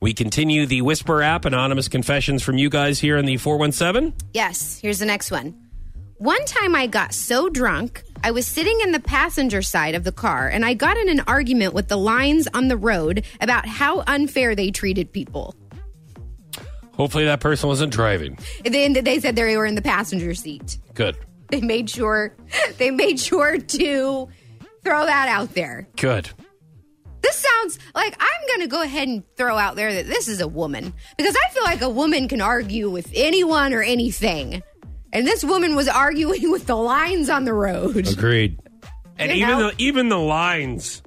We continue the Whisper app, anonymous confessions from you guys here in the 417. Yes, here's the next one. One time I got so drunk, I was sitting in the passenger side of the car and I got in an argument with the lines on the road about how unfair they treated people. Hopefully that person wasn't driving. And Then they said they were in the passenger seat. Good. They made sure they made sure to throw that out there. Good. This sounds like I'm going to go ahead and throw out there that this is a woman because I feel like a woman can argue with anyone or anything. And this woman was arguing with the lines on the road. Agreed. And You even know? the even the lines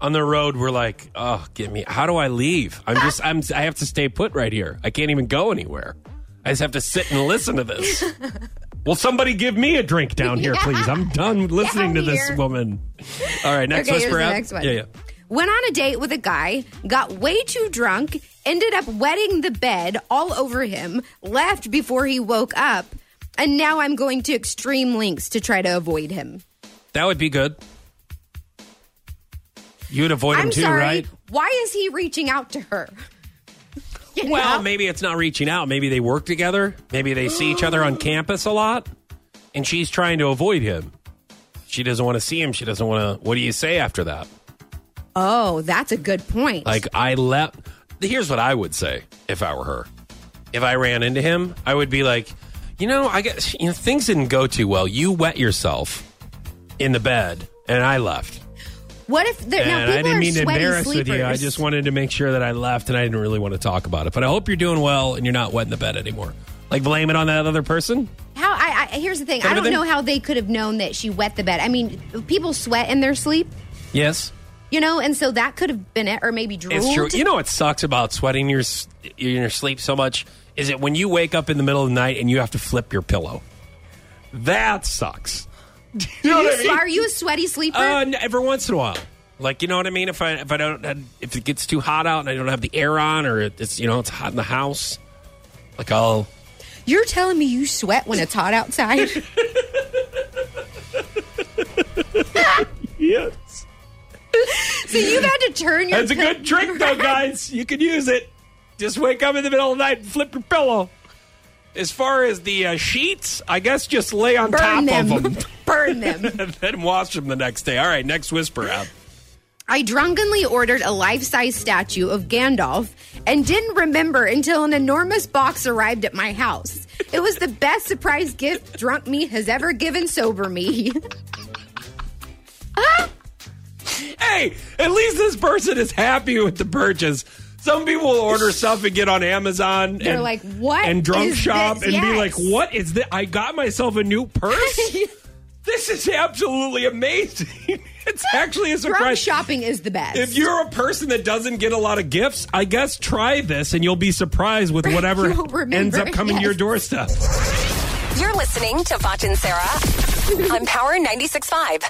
on the road were like, "Oh, get me! How do I leave? I'm just I'm I have to stay put right here. I can't even go anywhere. I just have to sit and listen to this." Will somebody give me a drink down here, please? I'm done listening to Down this here. woman. All right, next okay, whisper here's app. the next one. Yeah, yeah. Went on a date with a guy, got way too drunk, ended up wetting the bed all over him, left before he woke up, and now I'm going to extreme lengths to try to avoid him. That would be good. You would avoid him I'm too, sorry. right? Why is he reaching out to her? You Well, know? maybe it's not reaching out. Maybe they work together. Maybe they see each other on campus a lot, and she's trying to avoid him. She doesn't want to see him. She doesn't want to. What do you say after that? Oh, that's a good point. Like, I left. Here's what I would say if I were her. If I ran into him, I would be like, you know, I guess you know, things didn't go too well. You wet yourself in the bed, and I left. what if there, now And people I didn't are mean to sweaty embarrass with sleepers? you. I just wanted to make sure that I left and I didn't really want to talk about it. But I hope you're doing well and you're not wet in the bed anymore. Like, blame it on that other person? how I, I here's the thing. Remember I don't them? know how they could have known that she wet the bed. I mean, people sweat in their sleep, Yes. you know, and so that could have been it, or maybe drooled. It's true. You know what sucks about sweating your, s- in your sleep so much is it when you wake up in the middle of the night and you have to flip your pillow. That sucks. Do you know what I mean? Are you a sweaty sleeper? Uh, n- every once in a while. Like you know what I mean? If I if I don't if it gets too hot out and I don't have the air on or it's you know it's hot in the house, like I'll You're telling me you sweat when it's hot outside? yes. so you've had to turn your. That's a good trick, though, guys. You can use it. Just wake up in the middle of the night and flip your pillow. As far as the uh, sheets, I guess just lay on top Burn of them. them Burn them. and then wash them the next day. All right, next whisper app. I drunkenly ordered a life size statue of Gandalf and didn't remember until an enormous box arrived at my house. It was the best surprise gift drunk me has ever given sober me. Hey, at least this person is happy with the purchase. Some people will order stuff and get on Amazon. They're and, like, "What And drunk is shop this?" and be Yes. like, "What is this? I got myself a new purse. this is absolutely amazing. it's actually a Drunk surprise." shopping is the best. If you're a person that doesn't get a lot of gifts, I guess try this and you'll be surprised with whatever You'll remember, ends up coming to your yes. doorstep. You're listening to Foch and Sarah on Power 96.5.